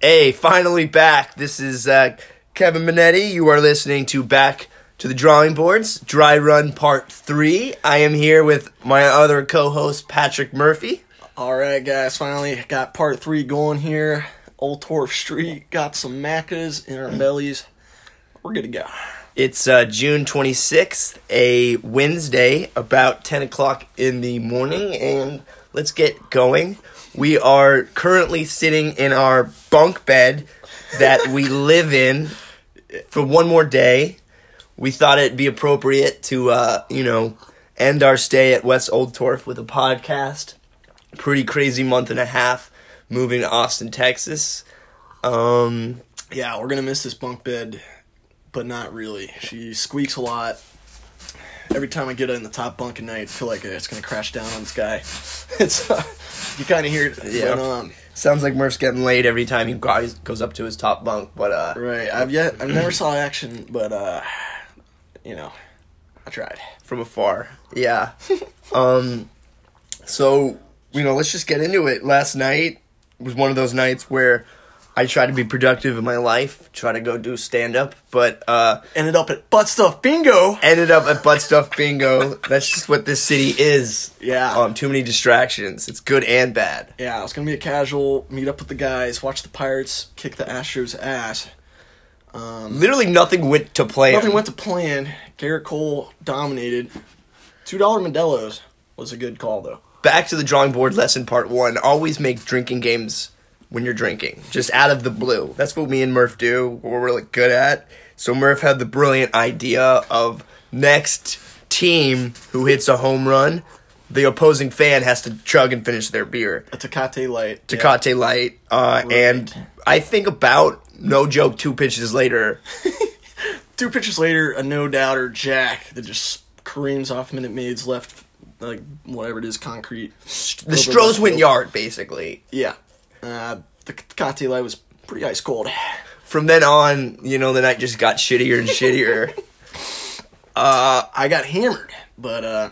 Hey, finally back. This is uh, Kevin Minetti. You are listening to Back to the Drawing Boards, Dry Run Part 3. I am here with my other co host, Patrick Murphy. All right, guys, finally got part three going here. Old Torf Street got some macas in our bellies. We're good to go. It's uh, June 26th, a Wednesday, about 10 o'clock in the morning, and let's get going. We are currently sitting in our bunk bed that we live in for one more day. We thought it'd be appropriate to, uh, you know, end our stay at West Old Torf with a podcast. Pretty crazy month and a half moving to Austin, Texas. Um, Yeah, we're gonna miss this bunk bed, but not really. She squeaks a lot. Every time I get in the top bunk at night, I feel like it's gonna crash down on this guy. It's uh, you kind of hear it. Yeah. But, um, Sounds like Murph's getting laid every time he guys goes up to his top bunk, but uh, right. I've yet I've never saw action, but uh, you know, I tried. from afar. Yeah. um. So you know, let's just get into it. Last night was one of those nights where I try to be productive in my life, try to go do stand up, but uh, Ended up at butt stuff bingo. ended up at butt stuff bingo. That's just what this city is. Yeah. Um. Too many distractions. It's good and bad. Yeah, it's gonna be a casual meet up with the guys, watch the Pirates kick the Astros' ass. Literally nothing went to plan. Nothing went to plan. Garrett Cole dominated. Two dollar Modelo's was a good call though. back to the drawing board lesson part one always make drinking games when you're drinking just out of the blue that's what me and murph do what we're really good at so murph had the brilliant idea of next team who hits a home run the opposing fan has to chug and finish their beer A Tecate Light. Tecate Light, uh, and I think about no joke. Two pitches later, Yeah. Two pitches later, a no doubter Jack that just careens off Minute Maid's left, like whatever it is, concrete. the Stros went yard basically. Yeah. Uh, the Tecate Light was pretty ice cold. From then on, you know, the night just got shittier and shittier. I got hammered, but uh,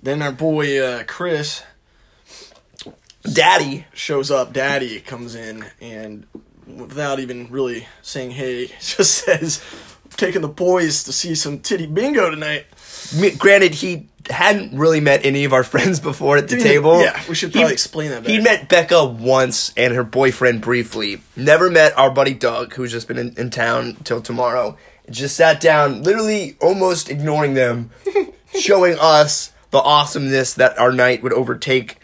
then our boy uh, Chris Daddy, shows up, Daddy comes in, and without even really saying hey, just says, "Taking the boys to see some titty bingo tonight." me- granted he hadn't really met any of our friends before at the Didn't he- table. yeah, we should probably explain that He better. met Becca once and her boyfriend briefly. Never met our buddy Doug, who's just been in, in town till tomorrow. Just sat down, literally almost ignoring them, showing us the awesomeness that our night would overtake.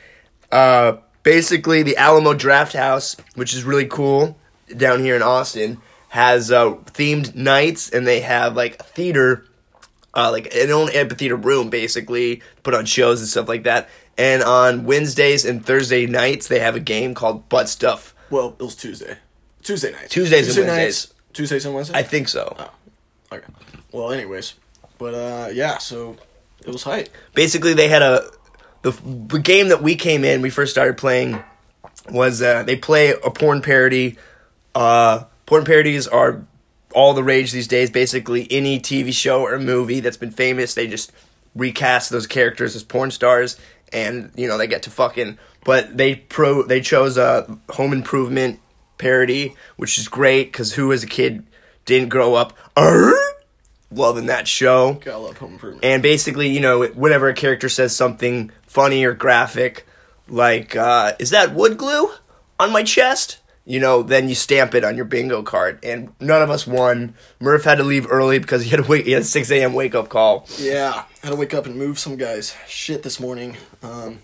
Uh, basically, the Alamo Draft House, which is really cool down here in Austin, has uh, themed nights and they have like theater uh, like an own amphitheater room basically put on shows and stuff like that and on wednesdays and thursday nights they have a game called butt stuff Well, it was Tuesday, Tuesday night, Tuesdays and Tuesday Wednesdays. nights, Tuesdays and Wednesdays. i think so Oh, okay. Well, anyways, but uh, yeah, so it was hype. basically they had a the, the game that we came in we first started playing was uh, they play a porn parody uh, porn parodies are all the rage these days basically any tv show or movie that's been famous they just recast those characters as porn stars and you know they get to fucking but they pro they chose a home improvement parody which is great because who as a kid didn't grow up Arr! loving that show God, I love Home Improvement. and basically, you know, whenever a character says something funny or graphic, like, uh, is that wood glue on my chest? You know, then you stamp it on your bingo card. And none of us won. Murph had to leave early because he had a, wake, he had a 6 a.m. wake up call. yeah, had to wake up and move some guys' shit this morning. Um,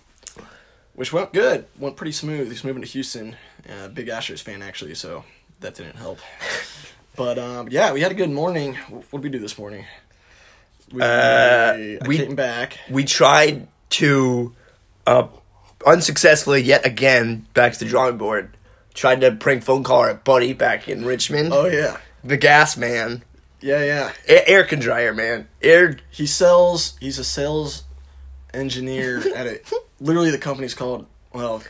which went good, went pretty smooth. He's moving to Houston. Uh, big Astros fan actually, so that didn't help. but um, yeah, we had a good morning. What did we do this morning? We, I Uh, we- came back. We tried to, uh, unsuccessfully yet again, back to the drawing board, tried to prank phone call our buddy back in Richmond. Oh yeah, The gas man, yeah, yeah. A- air con dryer man, air He sells. He's a sales engineer at it. Literally, the company's called well,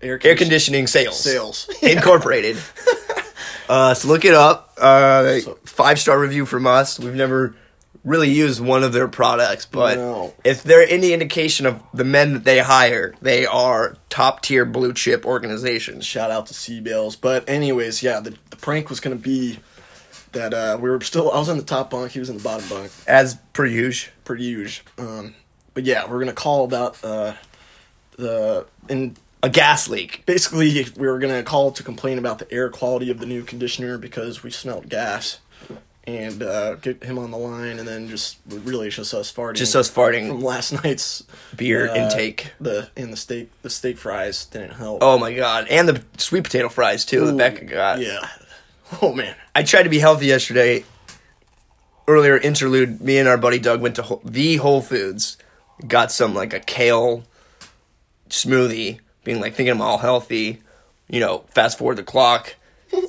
air air conditioning sales. sales. Incorporated. uh, so look it up. Uh, So- five star review from us. We've never really use one of their products, but No. if they're any indication of the men that they hire, they are top tier blue chip organizations. Shout out to Sea Bales. But anyways, yeah, the, the prank was gonna be that uh, we were still. I was in the top bunk. He was in the bottom bunk. As per usual. Pretty huge. Um, but yeah, we're gonna call about uh, the and A gas leak. basically we were gonna call to complain about the air quality of the new conditioner because we smelled gas. And uh, get him on the line, and then just really it's just us farting. Just us Mm. from farting last night's beer uh, intake. The and the steak the steak fries didn't help. Oh my god. And the sweet potato fries too that Becca got. yeah. Oh man. I tried to be healthy yesterday. Earlier interlude, me and our buddy Doug went to Whole- the Whole Foods, got some like a kale smoothie, being like thinking I'm all healthy. You know, fast forward the clock,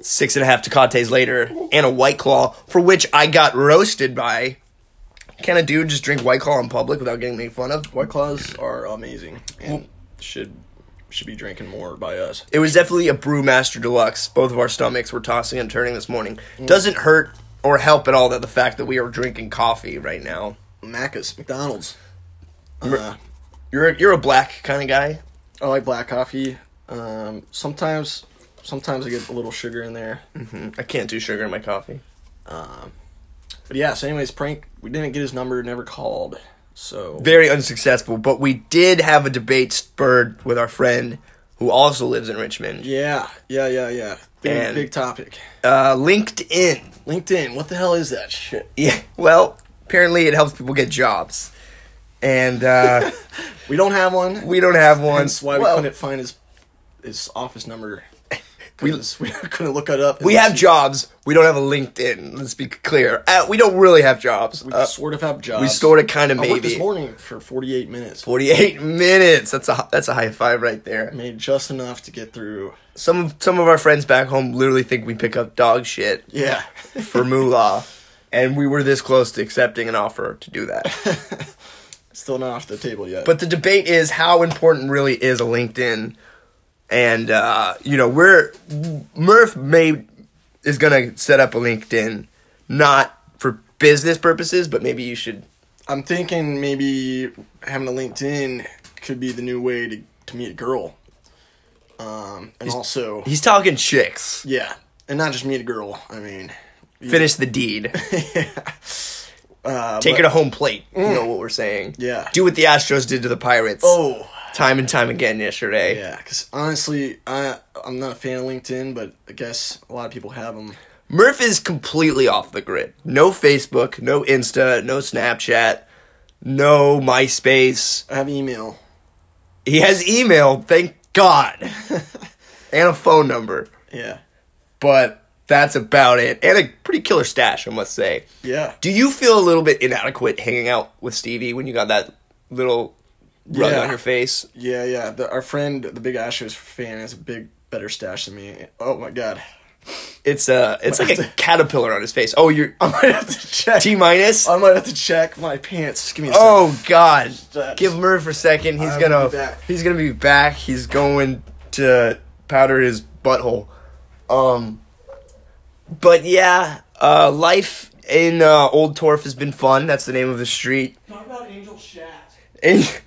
six and a half tecates later, and a White Claw for which I got roasted by. Can a dude just drink White Claw in public without getting made fun of? White claws are amazing and should should be drinking more by us. It was definitely a Brewmaster Deluxe. Both of our stomachs were tossing and turning this morning. Mm. Doesn't hurt or help at all that the fact that we are drinking coffee right now. Macca's, McDonald's. Uh, You're a, you're a black kind of guy. I like black coffee. Um, sometimes sometimes I get a little sugar in there. Mm-hmm. I can't do sugar in my coffee. But yeah, so anyways, prank we didn't get his number, never called. So Very unsuccessful, but we did have a debate spurred with our friend who also lives in Richmond. yeah, yeah, yeah, yeah. Big, And- big topic. Uh, LinkedIn. LinkedIn, what the hell is that shit? Yeah. Well, apparently it helps people get jobs, and uh, We don't have one. we don't have one. That's why we Well, couldn't find his his office number. Because we, couldn't look it up. We have jobs. We don't have a LinkedIn. Let's be clear. Uh, we don't really have jobs. we Uh, sort of have jobs. we sort of, kind of, I worked this maybe. morning for 48 minutes. Forty-eight minutes. That's a that's a high five right there. Made just enough to get through. Some of some of our friends back home literally think we pick up dog shit. Yeah. for moolah, and we were this close to accepting an offer to do that. Still not off the table yet. But the debate is how important really is a LinkedIn, and uh, you know we're Murph may is gonna set up a LinkedIn, not for business purposes, but maybe you should. I'm thinking maybe having a LinkedIn could be the new way to, to meet a girl. Um, and also, He's talking chicks. yeah. And not just meet a girl. I mean, Finish the deed. yeah. Take her to home plate. Uh, You know what we're saying. Yeah. Do what the Astros did to the Pirates. Oh. Time and time again yesterday. Yeah, because honestly, I I'm not a fan of LinkedIn, but I guess a lot of people have them. Murph is completely off the grid. No Facebook, no Insta, no Snapchat, no MySpace. I have email. He has email, thank God, and a phone number. Yeah, But that's about it. And a pretty killer stash, I must say. yeah. Do you feel a little bit inadequate hanging out with Stevie when you got that little rug Yeah. on your face? Yeah, yeah. The, our friend, the big Astros fan, has a big better stash than me. Oh my god, It's a it's like a caterpillar on his face. Oh, you're I might have to check. Oh, T minus. I might have to check my pants. Just give me a second. Oh God! That's- Give Murph a second. He's I will be gonna back. he's gonna be back. He's going to powder his butthole. Um, but yeah, uh, life in uh, Old Torf has been fun. That's the name of the street. Talk about Angel Shat. And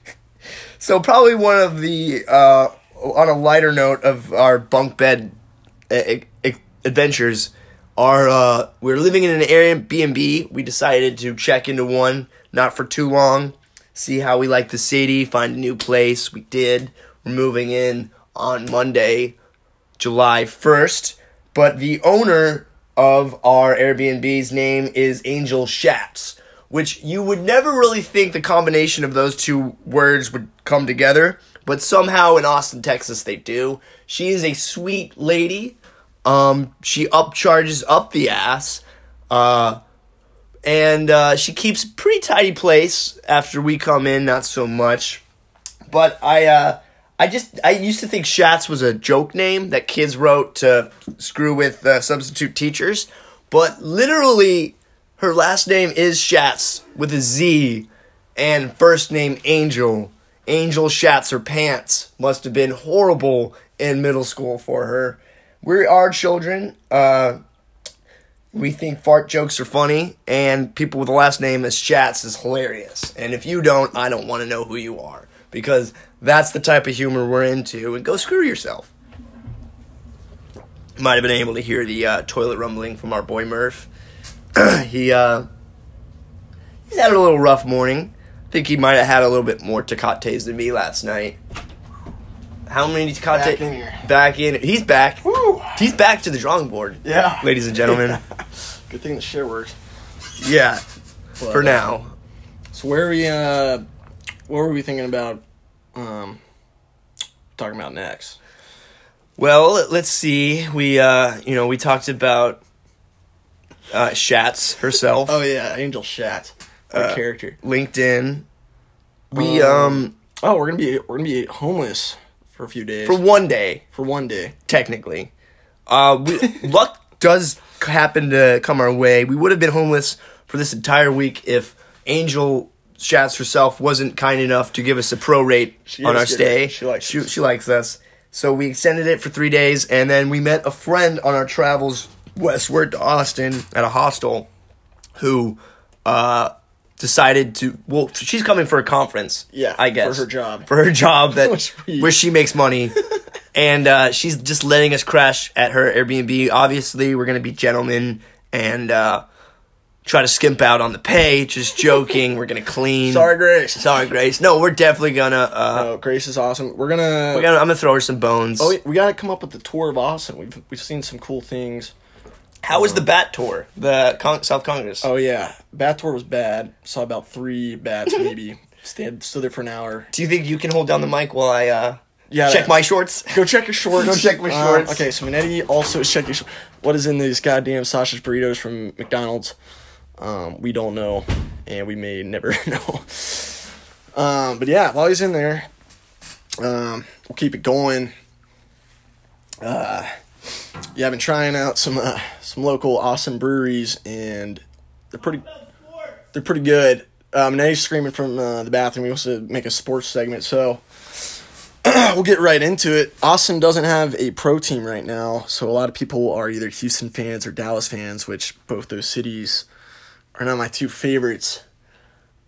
so probably one of the uh, on a lighter note of our bunk bed a- a- adventures are uh, we're living in an Airbnb. We decided to check into one not for too long, see how we like the city, find a new place. We did. We're moving in on Monday, July first. But the owner of our Airbnb's name is Angel Shatz, which you would never really think the combination of those two words would come together, but somehow in Austin, Texas, they do. She is a sweet lady. Um, she upcharges up the ass. Uh, and uh, she keeps a pretty tidy place after we come in, not so much. But I, uh, I just, I used to think Shats was a joke name that kids wrote to screw with uh, substitute teachers. But literally, her last name is Shats with a Z, and first name Angel. Angel Shats her pants must have been horrible in middle school for her. We are children. Uh, We think fart jokes are funny, and people with the last name as Chats is hilarious. And if you don't, I don't want to know who you are because that's the type of humor we're into. And go screw yourself. Might have been able to hear the uh, toilet rumbling from our boy Murph. he uh, he's had a little rough morning. I think he might have had a little bit more tecates than me last night. How many tecates? Back in here. Back in. He's back. Woo! He's back to the drawing board. Yeah. Ladies and gentlemen. Good thing the shit works. Yeah. But, For now. So where are we? Uh, what were we thinking about? Um, talking about next. Well, let's see. We uh, you know, we talked about uh Shatz herself, Oh yeah, Angel Shat, her Uh, character. LinkedIn. We um Oh, we're gonna be we're gonna be homeless for a few days for for, one day, one day. technically. Uh we, luck does happen to come our way. We would have been homeless for this entire week if Angel Shatz herself wasn't kind enough to give us a pro rate She on is our good. stay. She likes she, us. she likes us. So we extended it for three days, and then we met a friend on our travels westward to Austin at a hostel, who uh, decided to. Well, she's coming for a conference. Yeah, I guess for her job. For her job that Which we- where she makes money, and uh, she's just letting us crash at her Airbnb. Obviously, we're gonna be gentlemen and uh, try to skimp out on the pay. Just joking. we're gonna clean. Sorry, Grace. Sorry, Grace. No, we're definitely gonna. Uh, Oh, Grace is awesome. We're gonna we gotta, I'm gonna throw her some bones. oh, we gotta come up with the tour of Austin. We've we've seen some cool things. How was the Bat Tour? The Con- South Congress. Oh yeah, bat tour was bad. Saw about three bats maybe. Stand stood there for an hour. Do you think you can hold down the mic while I uh, Yeah, check that- my shorts? Go check your shorts. Go check my Um, shorts. okay, so Minetti also is checking. sh- What is in these goddamn sausage burritos from McDonald's? Um, we don't know, and we may never know. Um, but yeah, while he's in there, um, we'll keep it going. Uh, yeah, I've been trying out some uh, some local awesome breweries, and they're pretty they're pretty good. Um, Nate's screaming from uh, the bathroom. He wants to make a sports segment, so we'll get right into it. Austin doesn't have a pro team right now, so a lot of people are either Houston fans or Dallas fans, which both those cities are not my two favorites.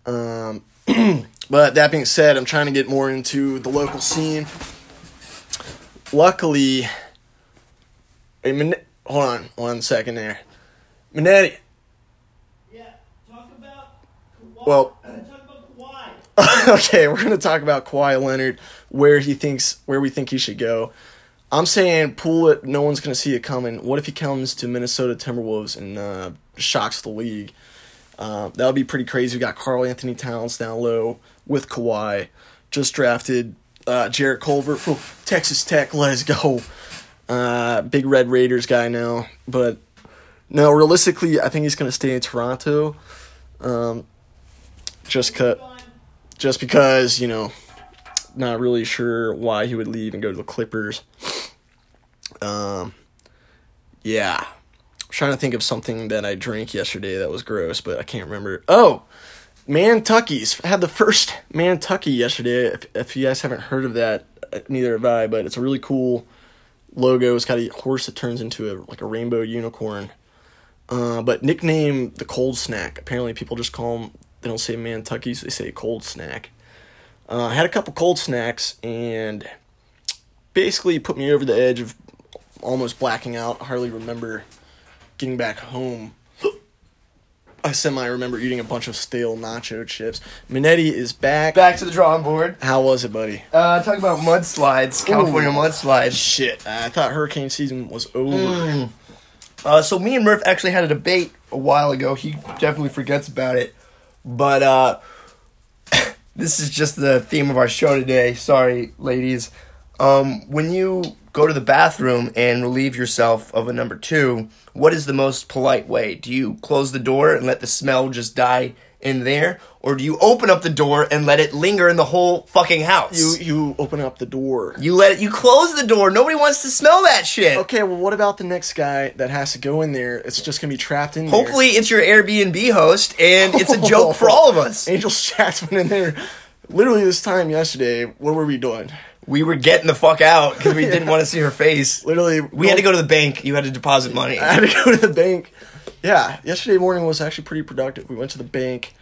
Um, but that being said, I'm trying to get more into the local scene. Luckily, a min- hold on one second there. Minetti, Yeah, talk about Kawhi. Uh, Well- talk about Kawhi. okay, we're gonna talk about Kawhi Leonard, where he thinks where we think he should go. I'm saying pull it. No one's gonna see it coming. What if he comes to Minnesota Timberwolves and uh, shocks the league? Uh, that would be pretty crazy. We got Carl Anthony Towns down low with Kawhi. Just drafted uh, Jarrett Culver from Texas Tech. Let's go. Uh, big Red Raiders guy now, but no. Realistically, I think he's gonna stay in Toronto. Um, just cut just because you know not really sure why he would leave and go to the clippers um yeah I'm trying to think of something that i drank yesterday that was gross but i can't remember oh mantuckies I had the first mantucky yesterday if, if you guys haven't heard of that uh, neither have i but it's a really cool logo it's got a horse that turns into a like a rainbow unicorn uh, but nickname the cold snack. Apparently, people just call them. They don't say Mantuckies. They say cold snack. Uh, I had a couple cold snacks and basically put me over the edge of almost blacking out. I hardly remember getting back home. I semi remember eating a bunch of stale nacho chips. Minetti is back. Back to the drawing board. How was it, buddy? Uh, talk about mudslides, California mudslides. Shit, I thought hurricane season was over. Uh, so me and Murph actually had a debate a while ago. He definitely forgets about it, but uh, this is just the theme of our show today. Sorry, ladies. Um, when you go to the bathroom and relieve yourself of a number two, what is the most polite way? Do you close the door and let the smell just die in there, or do you open up the door and let it linger in the whole fucking house? You you open up the door. You let it, you close the door. Nobody wants to smell that shit. Okay, well, what about the next guy that has to go in there? It's just gonna be trapped in there. Hopefully, it's your Airbnb host, and it's a joke for all of us. Angel Shacks went in there. Literally, this time yesterday, what were we doing? we were getting the fuck out because we didn't want to see her face. Literally, We had to go to the bank. You had to deposit money. I had to go to the bank. Yeah, yesterday morning was actually pretty productive. We went to the bank,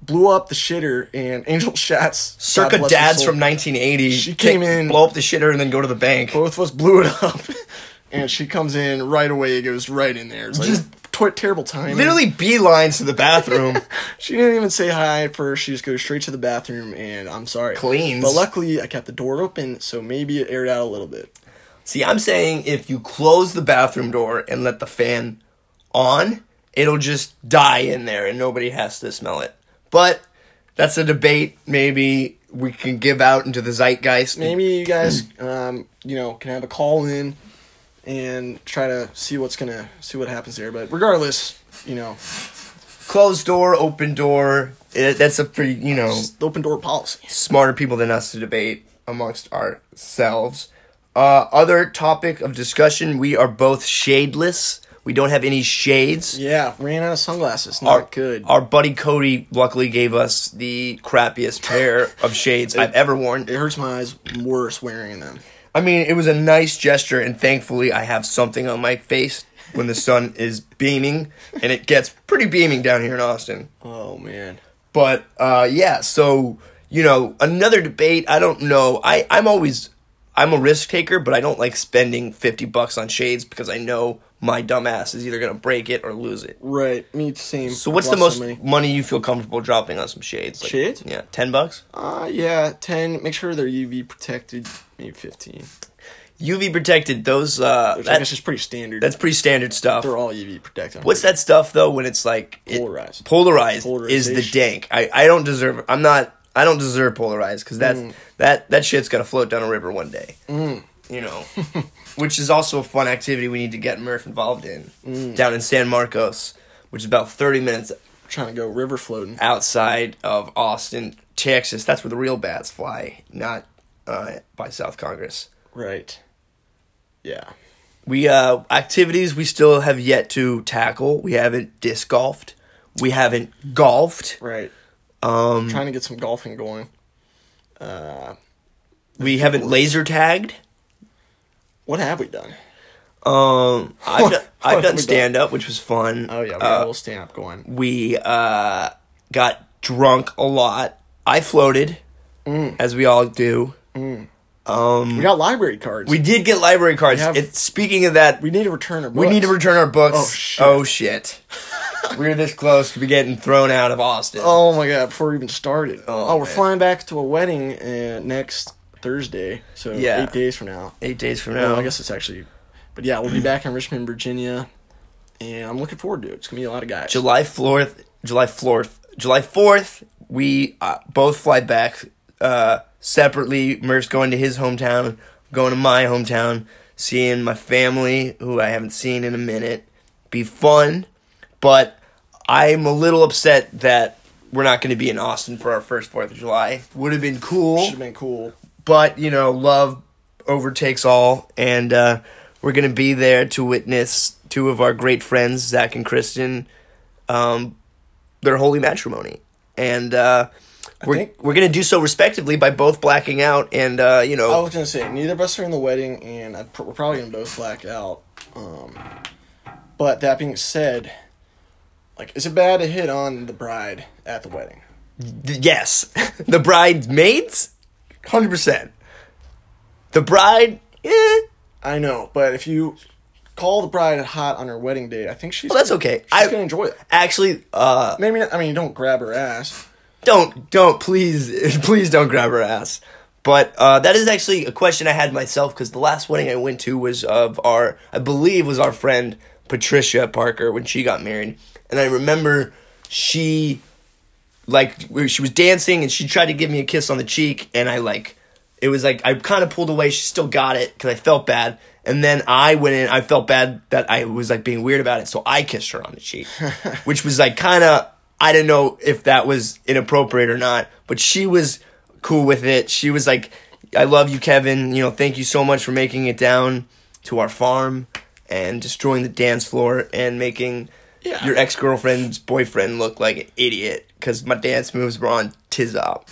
blew up the shitter, and Angel Shats. God Circa bless her dads soul, from 1980. She came Take- in- blow up the shitter, and then go to the bank. Both of us blew it up, and she comes in right away. Goes right in there. It's like Just- tw- terrible timing. Literally beelines to the bathroom. She didn't even say hi at first. She just goes straight to the bathroom, and I'm sorry. Cleans. But luckily, I kept the door open, so maybe it aired out a little bit. See, I'm saying if you close the bathroom door and let the fan on, it'll just die in there and nobody has to smell it. But that's a debate maybe we can give out into the zeitgeist. Maybe you guys, um, you know, can have a call in and try to see what's gonna see what happens there. But regardless, you know, Closed door, open door. It, that's a pretty, you know, it's the open door policy. smarter people than us to debate amongst ourselves. Uh, other topic of discussion we are both shadeless. We don't have any shades. Yeah, ran out of sunglasses. Not good. Our buddy Cody luckily gave us the crappiest pair of shades I've ever worn. it hurts my eyes worse wearing them. I mean, it was a nice gesture, and thankfully, I have something on my face when the sun is beaming, and it gets pretty beaming down here in Austin. Oh man. But uh, yeah, so you know, another debate. I don't know. I I'm always I'm a risk taker, but I don't like spending fifty bucks on shades because I know my dumbass is either gonna break it or lose it. Right. Me same. So what's the most Lost so many. money you feel comfortable dropping on some shades? Like, Shades? Yeah, ten bucks. Uh, yeah, ten. Make sure they're UV protected. Maybe fifteen. UV protected. Those uh, Which I that, guess is pretty standard. that's pretty standard stuff. They're all UV protected. What's that stuff though? When it's like it- Polarized. polarized is the Polarization. dank. I, I don't deserve. I'm not. I don't deserve polarized because that's Mm. that that shit's gonna float down a river one day. You know, which is also a fun activity we need to get Murph involved in Mm. down in San Marcos, which is about 30 minutes Trying to go river floating. outside of Austin, Texas. That's where the real bats fly, not uh, by South Congress. Right. Yeah. We uh activities we still have yet to tackle. We haven't disc golfed. We haven't golfed. Right. Um, Trying to get some golfing going. Uh, we haven't laser tagged. what have we done? Um, I've done, I've done What have we done? stand up, which was fun. Oh yeah, we got a uh, little stand up going. we uh got drunk a lot. I floated, Mm. as we all do. We got library cards. We did get library cards. We have- It- speaking of that, we we, need to return our. need to books. return our books. Oh, shit. shit. we were this close to be getting thrown out of Austin. Oh my god! Before we even started. Oh, we're man. flying back to a wedding uh, next Thursday. So Yeah. eight days from now. Eight days from now, Well, I guess it's actually. But yeah, we'll be back in Richmond, Virginia, and I'm looking forward to it. It's gonna be a lot of guys. July fourth, July fourth, July fourth. We uh, both fly back uh, separately. Murph's going to his hometown, going to my hometown, seeing my family who I haven't seen in a minute. Be fun, but I'm a little upset that we're not going to be in Austin for our first Fourth of July. Would have been cool Should have been cool. but you know love overtakes all and uh, we're gonna be there to witness two of our great friends zach and kristen um, their holy matrimony and uh, we're, think- we're gonna do so respectively by both blacking out and uh, you I know was gonna say neither of us are in the wedding, and I pr- we're probably gonna both black out. Um, but that being said, like, is it bad to hit on the bride at the wedding? th- yes the bridesmaids 100% the bride eh, I know, but if you call the bride hot on her wedding day, I think she's well, that's okay She's i gonna enjoy it. actually uh, Maybe not, I mean don't grab her ass. don't don't please please don't grab her ass but uh, that is actually a question i had myself because the last wedding i went to was of our i believe was our friend patricia parker when she got married and i remember she like we- she was dancing and she tried to give me a kiss on the cheek and i like it was like i kind of pulled away she still got it because i felt bad and then i went in i felt bad that i was like being weird about it so i kissed her on the cheek which was like kind of i didn't know if that was inappropriate or not but she was cool with it she was like i love you kevin you know thank you so much for making it down to our farm and destroying the dance floor and making Yeah. your ex girlfriend's boyfriend look like an idiot because my dance moves were on Tizop.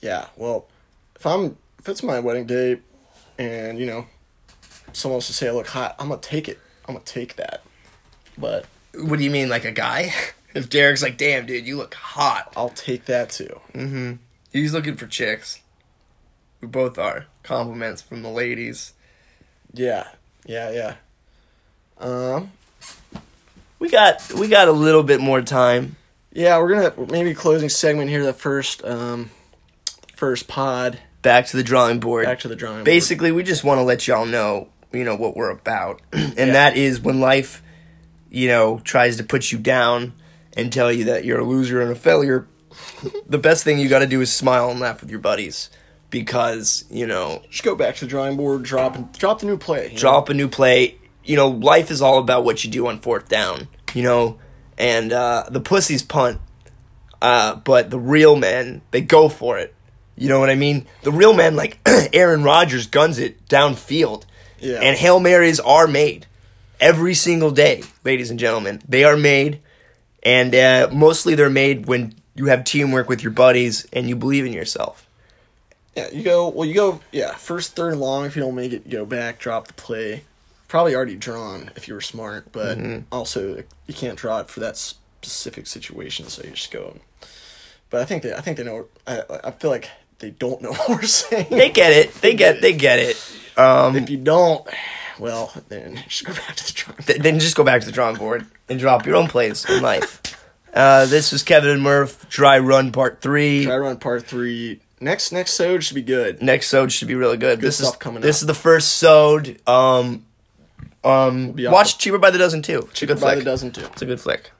Yeah, well, if I'm if it's my wedding day, and you know, someone wants to say I look hot, I'm gonna take it. I'm gonna take that. But What do you mean, like a guy? If Derek's like, damn, dude, you look hot. I'll take that too. He's looking for chicks. We both are. Compliments from the ladies. Yeah, yeah, yeah. Um, We got we got a little bit more time. yeah, we're gonna maybe closing segment here. The first, um, first pod Back to the drawing board. back to the drawing. board. Basically, we just want to let y'all know, you know, what we're about. and that is when life, you know, tries to put you down and tell you that you're a loser and a failure, the best thing you got to do is smile and laugh with your buddies because, you know, just go back to the drawing board. Drop and drop the new play. you know? drop a new play. You know, life is all about what you do on fourth down, you know, and uh, the pussies punt, uh, but the real men, they go for it. You know what I mean? The real men, like Aaron Rodgers, guns it downfield. Yeah. And Hail Marys are made every single day, ladies and gentlemen. They are made, and uh, mostly they're made when you have teamwork with your buddies and you believe in yourself. Yeah, you go. Well, you go. Yeah, first third and long. If you don't make it, you go back, drop the play. Probably already drawn if you were smart, but Mm-hmm. also you can't draw it for that specific situation, so you just go. But I think they. I think they know. I. I feel like they don't know what we're saying. They get it. They get. They get it. Um, if you don't, well, then you should go back to the drawing. board. Th- then just go back to the drawing board and drop your own plays in life. Uh, this was Kevin and Murph, Dry Run Part 3. Try run part three. Next next sode should be good. Next sode should be really good. this stuff is coming This up. is the first sode. Um, um, be watch awesome. Cheaper by the Dozen too. It's a good By flick. the dozen too. It's a good flick.